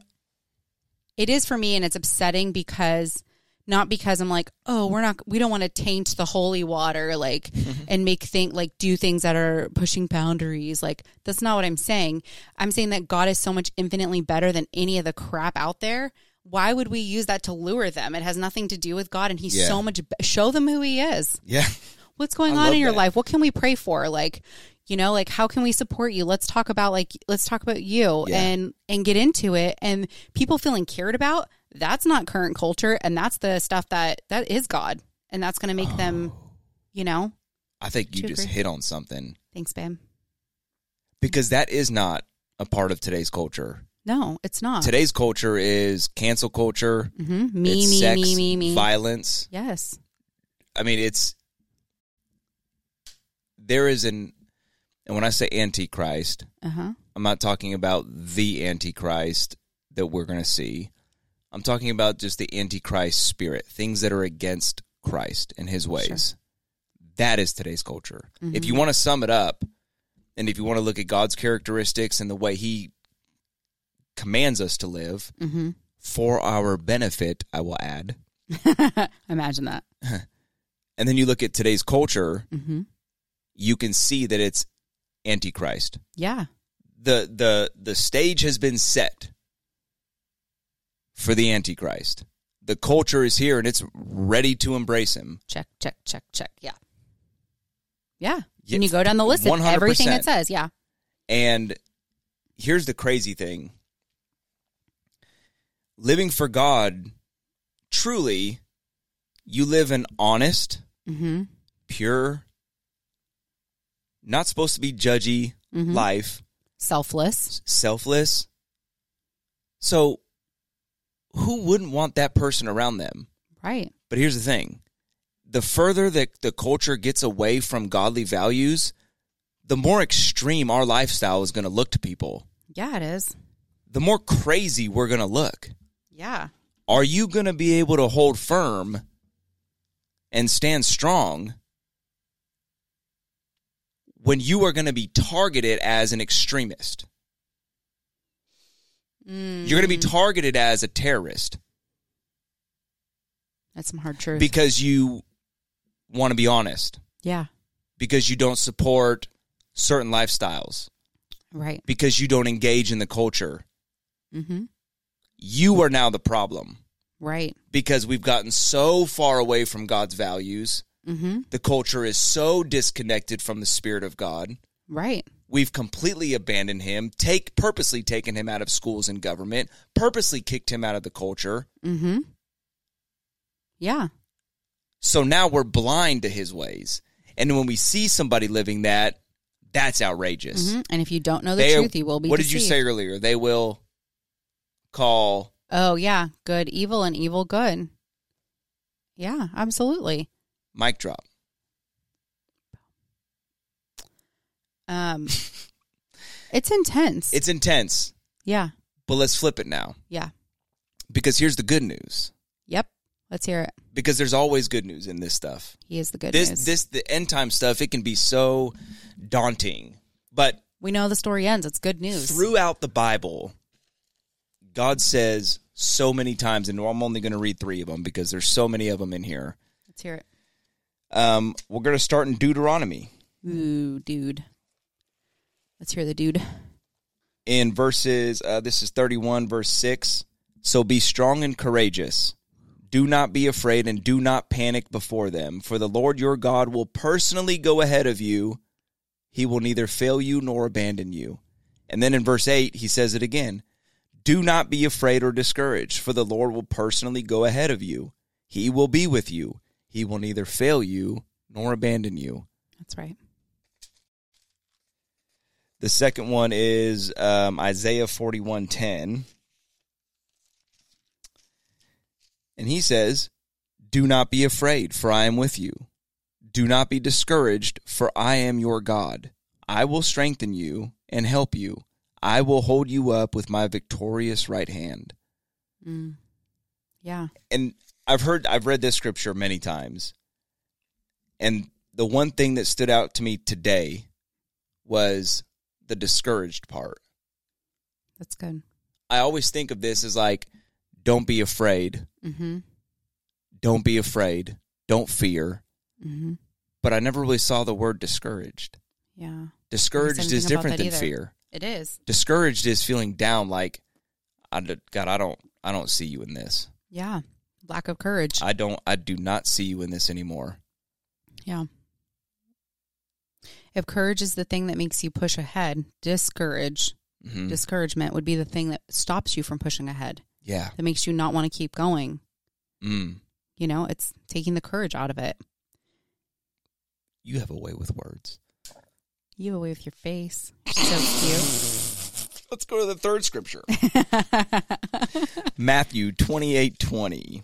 S3: it is for me, and it's upsetting because not because I'm like, oh, we're not, we don't want to taint the holy water, like, and make think like do things that are pushing boundaries. Like, that's not what I'm saying. I'm saying that God is so much infinitely better than any of the crap out there. Why would we use that to lure them? It has nothing to do with God, and He's
S1: Yeah.
S3: so much. Be- show them who He is
S1: Yeah.
S3: what's going
S1: I
S3: on
S1: love
S3: in your
S1: that.
S3: life what can we pray for like you know like how can we support you let's talk about like let's talk about you
S1: Yeah.
S3: and and get into it and people feeling cared about that's not current culture and that's the stuff that that is god and that's going to make them
S1: Oh.
S3: you know
S1: I think you
S3: Would you
S1: just
S3: agree?
S1: hit on something
S3: thanks babe
S1: because that is not a part of today's culture.
S3: no it's not
S1: Today's culture is cancel culture.
S3: hmm Uh-huh. me
S1: it's
S3: me,
S1: sex,
S3: me me me
S1: violence.
S3: yes
S1: I mean, it's there is an, and when I say antichrist,
S3: uh-huh
S1: I'm not talking about the antichrist that we're going to see. I'm talking about just the antichrist spirit, things that are against Christ and his ways. That is today's culture. If you want to sum it up, and if you want to look at God's characteristics and the way he commands us to live
S3: mm-hmm
S1: for our benefit, I will add.
S3: imagine that
S1: And then you look at today's culture,
S3: mm-hmm
S1: you can see that it's antichrist.
S3: yeah
S1: the the the stage has been set for the antichrist the culture is here and it's ready to embrace him
S3: check check check check yeah yeah
S1: Yeah,
S3: and you go down the list of everything
S1: 100%.
S3: it says yeah
S1: and here's the crazy thing living for god truly you live an honest
S3: mm-hmm
S1: pure not supposed to be judgy
S3: Mhm.
S1: life
S3: selfless.
S1: selfless. So, who wouldn't want that person around them?
S3: Right.
S1: But here's the thing the further that the culture gets away from godly values, the more extreme our lifestyle is going to look to people,
S3: Yeah, it is.
S1: the more crazy we're going to look.
S3: Yeah.
S1: Are you going to be able to hold firm and stand strong when you are going to be targeted as an extremist?
S3: Mm.
S1: You're going to be targeted as a terrorist
S3: That's some hard truth.
S1: because you want to be honest,
S3: yeah.
S1: because you don't support certain lifestyles,
S3: Right.
S1: because you don't engage in the culture.
S3: Mm-hmm.
S1: You are now the problem
S3: Right.
S1: because we've gotten so far away from God's values.
S3: Mm-hmm.
S1: The culture is so disconnected from the Spirit of God.
S3: Right.
S1: We've completely abandoned him, take purposely taken him out of schools and government, purposely kicked him out of the culture.
S3: Mm-hmm. Yeah.
S1: So now we're blind to his ways. And when we see somebody living that, that's outrageous.
S3: Mhm. And if you don't know the
S1: They-
S3: truth, you will be.
S1: What did you say
S3: deceived.
S1: earlier? They will call
S3: Oh yeah, good evil and evil good. Yeah, absolutely.
S1: mic drop.
S3: Um, it's intense.
S1: It's intense,
S3: yeah.
S1: but let's flip it now
S3: Yeah.
S1: because here's the good news.
S3: Yep. Let's hear it.
S1: Because there's always good news in this stuff.
S3: He is the good
S1: this
S3: news.
S1: this the end time stuff. It can be so daunting, but
S3: we know the story ends. It's good news.
S1: throughout the Bible, God says so many times, and I'm only going to read three of them because there's so many of them in here.
S3: Let's hear it.
S1: Um, we're going to start in Deuteronomy
S3: Ooh, dude. Let's hear the dude.
S1: in verses. Uh, this is 31, verse six. So be strong and courageous. Do not be afraid and do not panic before them, for the Lord your God will personally go ahead of you. He will neither fail you nor abandon you. And then in verse 8, he says it again Do not be afraid or discouraged, for the Lord will personally go ahead of you. He will be with you. He will neither fail you nor abandon you.
S3: That's right.
S1: The second one is um, Isaiah 41:10. And he says, "Do not be afraid, for I am with you. Do not be discouraged, for I am your God. I will strengthen you and help you. I will hold you up with my victorious right hand."
S3: Mm. Yeah.
S1: and I've heard I've read this scripture many times. And the one thing that stood out to me today was the discouraged part.
S3: That's good.
S1: I always think of this as like don't be afraid,
S3: Mm-hmm.
S1: don't be afraid, don't fear,
S3: Mm-hmm.
S1: but I never really saw the word discouraged.
S3: Yeah.
S1: Discouraged is
S3: anything about
S1: different
S3: that
S1: than
S3: either.
S1: fear.
S3: It is.
S1: Discouraged is feeling down like I d- God, I don't I don't see you in this.
S3: Yeah. Lack of courage.
S1: I don't I do not see you in this anymore.
S3: yeah. If courage is the thing that makes you push ahead, discourage,
S1: Mhm.
S3: discouragement would be the thing that stops you from pushing ahead,
S1: yeah.
S3: that makes you not want to keep going.
S1: Mm.
S3: You know, it's taking the courage out of it.
S1: You have a way with words.
S3: You away with your face. You're so
S1: Let's go to the third scripture.
S3: cute.
S1: Matthew twenty eight twenty.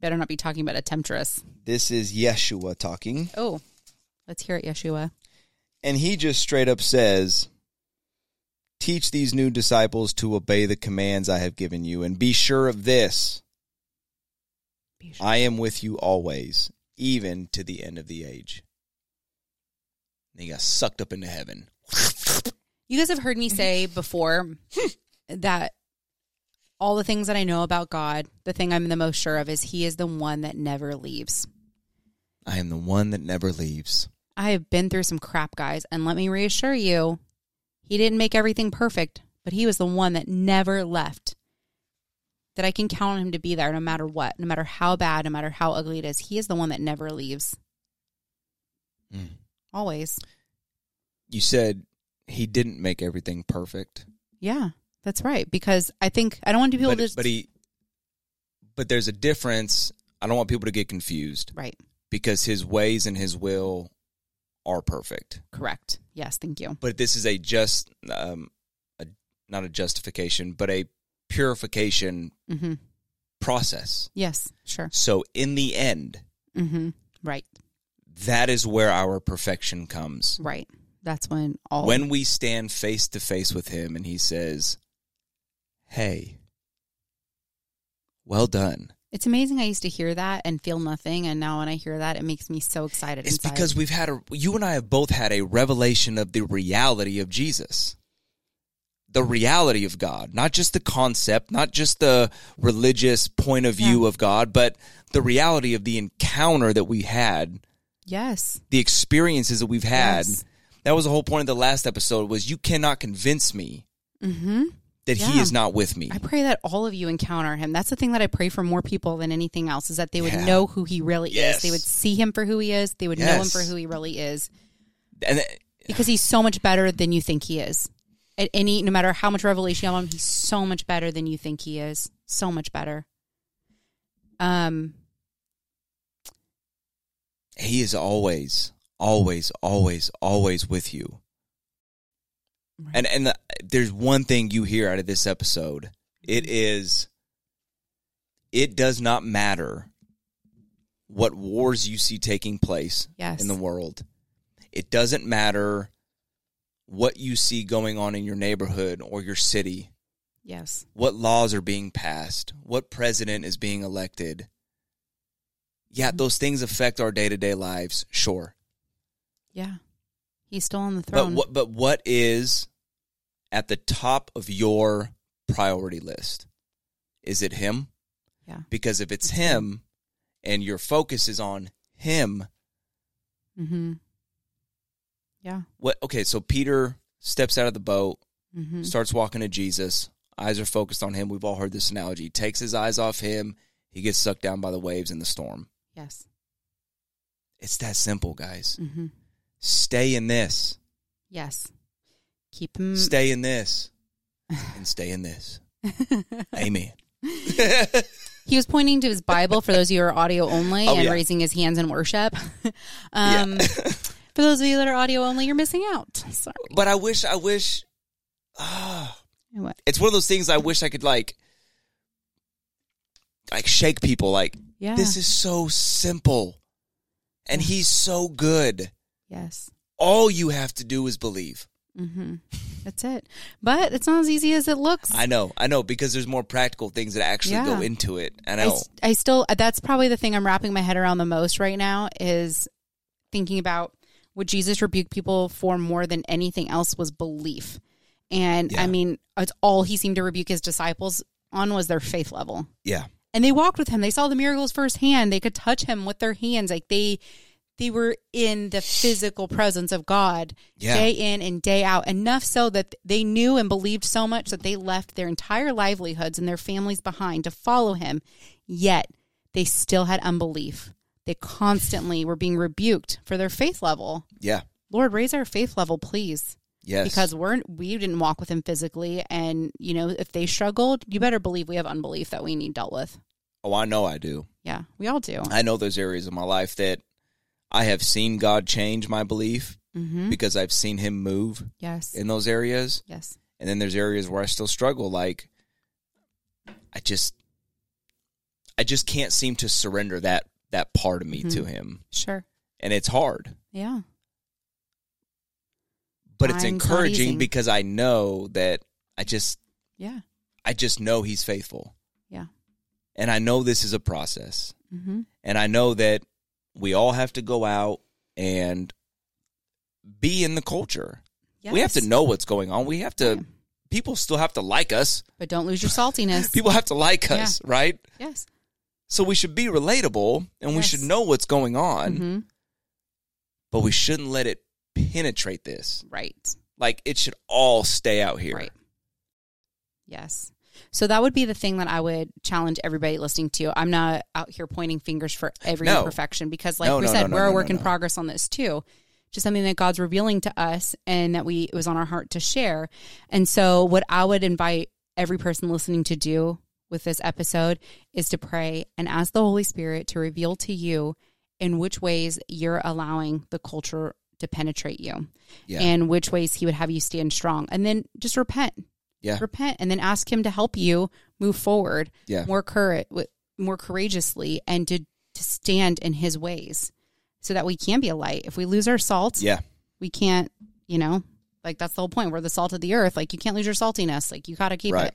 S3: Better not be talking about a temptress.
S1: This is Yeshua talking.
S3: Oh, let's hear it, Yeshua.
S1: And he just straight up says, Teach these new disciples to obey the commands I have given you, and be sure of this
S3: Be sure.
S1: I am with you always, even to the end of the age. And he got sucked up into heaven.
S3: You guys have heard me say before that all the things that I know about God, the thing I'm the most sure of is He is the one that never leaves.
S1: I am the one that never leaves.
S3: I have been through some crap, guys, and let me reassure you, He didn't make everything perfect, but He was the one that never left. That I can count on Him to be there no matter what, no matter how bad, no matter how ugly it is. He is the one that never leaves.
S1: Mm.
S3: Always.
S1: You said he didn't make everything perfect.
S3: Yeah, that's right. Because I think, I don't want people
S1: but,
S3: to just.
S1: but he but there's a difference i don't want people to get confused
S3: right.
S1: because his ways and his will are perfect
S3: Correct. Yes. Thank you.
S1: but this is a just um a, not a justification but a purification
S3: Mm-hmm.
S1: process
S3: Yes. Sure.
S1: so in the end
S3: Mm-hmm. Right.
S1: that is where our perfection comes
S3: Right. That's when all.
S1: when we stand face to face with him and he says hey well done
S3: it's amazing, I used to hear that and feel nothing, and now when I hear that, it makes me so excited.
S1: It's
S3: inside.
S1: because we've had a you and I have both had a revelation of the reality of Jesus. The reality of God, not just the concept, not just the religious point of view of God, but the reality of the encounter that we had,
S3: yes,
S1: the experiences that we've had.
S3: Yes.
S1: That was the whole point of the last episode was you cannot convince me
S3: mm-hmm.
S1: that he
S3: Yeah.
S1: is not with me.
S3: I pray that all of you encounter him. That's the thing that I pray for more people than anything else is that they would
S1: Yeah.
S3: know who he really
S1: Yes.
S3: is. They would see him for who he is. They would know him
S1: Yes.
S3: for who he really is
S1: and
S3: because he's so much better than you think he is. At any, no matter how much revelation you have on him, he's so much better than you think he is. So much better. Um.
S1: he is always always always always with you.
S3: Right.
S1: And and the, there's one thing you hear out of this episode.
S3: Mm-hmm.
S1: It is it does not matter what wars you see taking place
S3: Yes.
S1: in the world. It doesn't matter what you see going on in your neighborhood or your city.
S3: Yes.
S1: What laws are being passed? What president is being elected? Yeah, those things affect our day-to-day lives, sure.
S3: Yeah. He's still on the
S1: But
S3: throne.
S1: what but what is at the top of your priority list? Is it him?
S3: Yeah.
S1: Because if it's him and your focus is on him,
S3: Mm-hmm. Yeah.
S1: what okay, so Peter steps out of the boat,
S3: Mm-hmm.
S1: starts walking to Jesus, eyes are focused on him. We've all heard this analogy. He takes his eyes off him, he gets sucked down by the waves in the storm.
S3: Yes.
S1: It's that simple, guys.
S3: Mm-hmm.
S1: Stay in this.
S3: Yes. Keep him.
S1: Stay in this. And stay in this. Amen.
S3: He was pointing to his Bible for those of you who are audio only and
S1: Oh, yeah.
S3: raising his hands in worship. um, for those of you that are audio only, you're missing out. Sorry.
S1: But I wish, I wish
S3: What?
S1: it's one of those things I wish I could like, like shake people. Like
S3: Yeah.
S1: this is so simple, and he's so good.
S3: Yes.
S1: All you have to do is believe.
S3: That's it. But it's not as easy as it looks.
S1: I know, I know, because there's more practical things that actually go
S3: Yeah.
S1: into it. I
S3: I,
S1: know.
S3: s- I still that's probably the thing I'm wrapping my head around the most right now is thinking about what Jesus rebuked people for more than anything else was belief. And
S1: Yeah.
S3: I mean, it's all he seemed to rebuke his disciples on was their faith level.
S1: yeah,
S3: And they walked with him. They saw the miracles firsthand. They could touch him with their hands. Like they they were in the physical presence of God
S1: Yeah.
S3: day in and day out. Enough so that they knew and believed so much that they left their entire livelihoods and their families behind to follow him. Yet they still had unbelief. They constantly were being rebuked for their faith level.
S1: yeah,
S3: Lord, raise our faith level, please.
S1: yes.
S3: Because we're we didn't walk with him physically and you know, if they struggled, you better believe we have unbelief that we need dealt with.
S1: oh, I know, I do.
S3: Yeah, we all do.
S1: I know those areas of my life that I have seen God change my belief
S3: Mm-hmm.
S1: because I've seen Him move
S3: Yes.
S1: in those areas.
S3: yes.
S1: And then there's areas where I still struggle. Like I just, I just can't seem to surrender that that part of me to
S3: Mm-hmm.
S1: Him,
S3: Sure.
S1: and it's hard.
S3: Yeah.
S1: But it's
S3: Mine's not easy.
S1: encouraging because I know that I just,
S3: Yeah.
S1: I just know He's faithful,
S3: Yeah.
S1: and I know this is a process.
S3: Mm-hmm.
S1: And I know that we all have to go out and be in the culture. We have to know what's going on. We have to, people still have to like us.
S3: But don't lose your saltiness.
S1: People have to like us, right?
S3: yes.
S1: So we should be relatable and we
S3: Yes.
S1: should know what's going on,
S3: hmm
S1: but we shouldn't let it penetrate this.
S3: Right.
S1: Like it should all stay out here.
S3: Right. Yes. So that would be the thing that I would challenge everybody listening to. I'm not out here pointing fingers for every
S1: No.
S3: imperfection because, like
S1: No,
S3: we
S1: no,
S3: said,
S1: no, no,
S3: we're
S1: no,
S3: a work
S1: no,
S3: in
S1: no.
S3: progress on this too. Just something that God's revealing to us and that we it was on our heart to share. And so, what I would invite every person listening to do with this episode is to pray and ask the Holy Spirit to reveal to you in which ways you're allowing the culture to penetrate you
S1: Yeah.
S3: and which ways He would have you stand strong. And then just repent
S1: yeah.
S3: repent and then ask him to help you move forward
S1: Yeah.
S3: more courage more courageously and to to stand in his ways so that we can be a light if we lose our salt
S1: Yeah.
S3: we can't you know like that's the whole point we're the salt of the earth like you can't lose your saltiness like you got to keep
S1: Right.
S3: it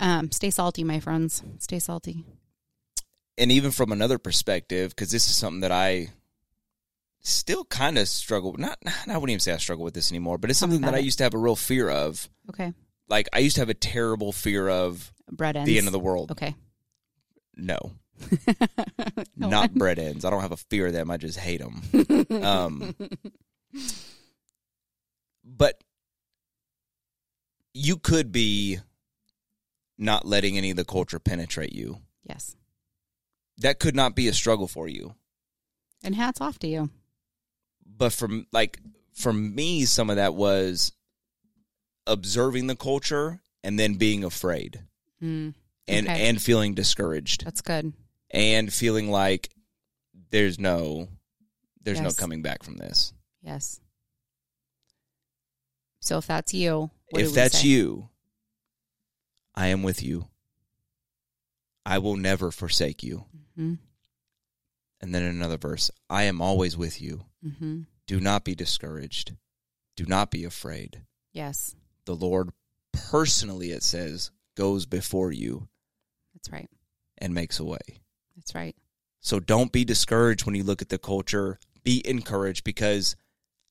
S3: um stay salty my friends stay salty
S1: and even from another perspective, because this is something that I still kind of struggle. with. Not, not- I wouldn't even say I struggle with this anymore, but it's
S3: Tell me
S1: something that
S3: about
S1: I
S3: it.
S1: used to have a real fear of.
S3: okay
S1: Like I used to have a terrible fear of
S3: bread ends
S1: the end of the world.
S3: okay
S1: No, not bread ends. I don't have a fear of them. I just hate them. um, but you could be not letting any of the culture penetrate you.
S3: yes
S1: That could not be a struggle for you.
S3: and hats off to you
S1: but from like for me some of that was observing the culture and then being afraid
S3: Mm,
S1: and
S3: Okay.
S1: and feeling discouraged
S3: that's good
S1: and feeling like there's no there's no
S3: Yes.
S1: coming back from this
S3: yes so if that's you what do
S1: if
S3: we
S1: that's
S3: say?
S1: you i am with you i will never forsake you
S3: Mhm.
S1: and then another verse i am always with you
S3: Mm-hmm.
S1: do not be discouraged do not be afraid
S3: Yes,
S1: the Lord personally, it says, goes before you
S3: that's right.
S1: and makes a way.
S3: That's right.
S1: So don't be discouraged when you look at the culture. Be encouraged because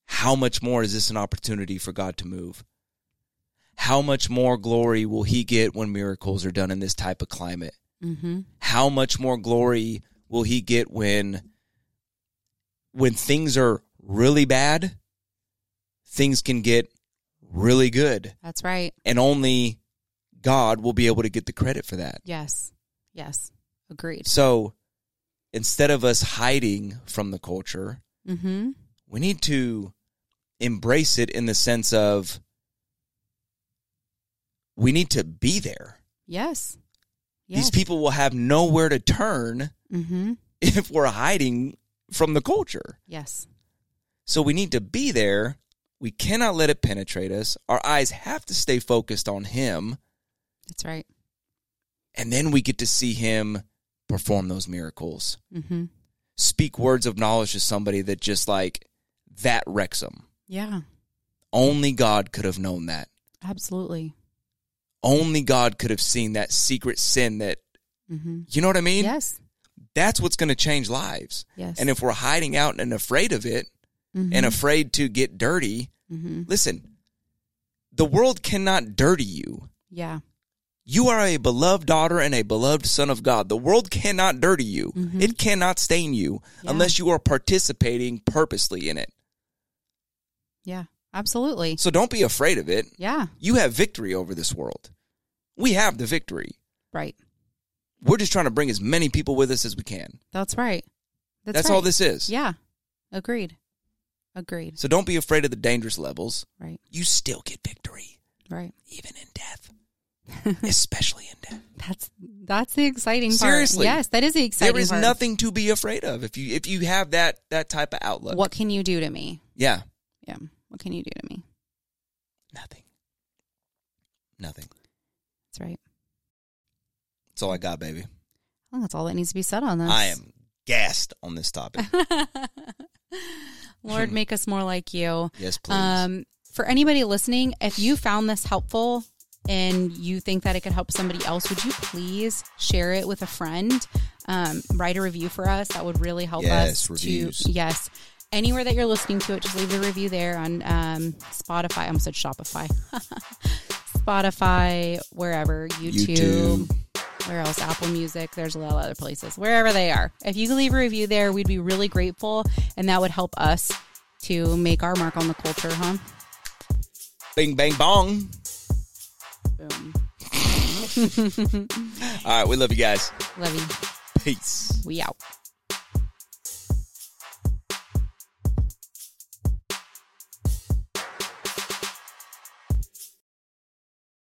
S1: how much more is this an opportunity for God to move? How much more glory will He get when miracles are done in this type of climate?
S3: Mm-hmm.
S1: How much more glory will He get when when things are really bad? Things can get really good.
S3: That's right.
S1: and only God will be able to get the credit for that.
S3: Yes. Yes. Agreed.
S1: So instead of us hiding from the culture,
S3: Mm-hmm.
S1: we need to embrace it in the sense of we need to be there.
S3: Yes. Yes.
S1: These people will have nowhere to turn
S3: Mm-hmm.
S1: if we're hiding from the culture.
S3: Yes.
S1: So we need to be there. We cannot let it penetrate us. Our eyes have to stay focused on him,
S3: That's right.
S1: and then we get to see him perform those miracles.
S3: Mm-hmm.
S1: Speak words of knowledge to somebody that just like that wrecks them.
S3: Yeah.
S1: Only God could have known that.
S3: Absolutely.
S1: Only God could have seen that secret sin that
S3: Mm-hmm.
S1: you know what I mean?
S3: Yes.
S1: That's what's going to change lives.
S3: Yes.
S1: And if we're hiding out and afraid of it
S3: Mhm.
S1: and afraid to get dirty,
S3: Mhm.
S1: listen, the world cannot dirty you.
S3: Yeah.
S1: You are a beloved daughter and a beloved son of God. The world cannot dirty you.
S3: Mhm.
S1: It cannot stain you
S3: Yeah.
S1: unless you are participating purposely in it.
S3: Yeah. Absolutely.
S1: So don't be afraid of it.
S3: Yeah.
S1: You have victory over this world. We have the victory.
S3: Right.
S1: We're just trying to bring as many people with us as we can.
S3: That's right. That's,
S1: That's, all
S3: right.
S1: this is.
S3: Yeah. Agreed. Agreed.
S1: So don't be afraid of the dangerous levels.
S3: Right.
S1: You still get victory,
S3: Right.
S1: even in death, especially in death.
S3: That's that's the exciting part.
S1: Seriously.
S3: Yes, that is the exciting
S1: there is
S3: part.
S1: nothing to be afraid of if you if you have that that type of outlook.
S3: What can you do to me?
S1: Yeah,
S3: Yeah. What can you do to me?
S1: nothing, nothing.
S3: That's right.
S1: That's all I got, baby.
S3: Well, that's all that needs to be said on this.
S1: I am gassed on this topic.
S3: Lord, make us more like you.
S1: yes, please.
S3: Um, for anybody listening, if you found this helpful and you think that it could help somebody else, would you please share it with a friend? Um, write a review for us. That would really help
S1: Yes,
S3: us.
S1: reviews.
S3: To, yes. Anywhere that you're listening to it, just leave the review there on um, Spotify. I almost said Shopify. Spotify, wherever, YouTube, where else? Apple Music. There's a lot of other places. Wherever they are. If you can leave a review there, we'd be really grateful. And that would help us to make our mark on the culture, huh?
S1: Bing bang bong.
S3: Boom.
S1: All right, we love you guys.
S3: Love you.
S1: Peace.
S3: We out.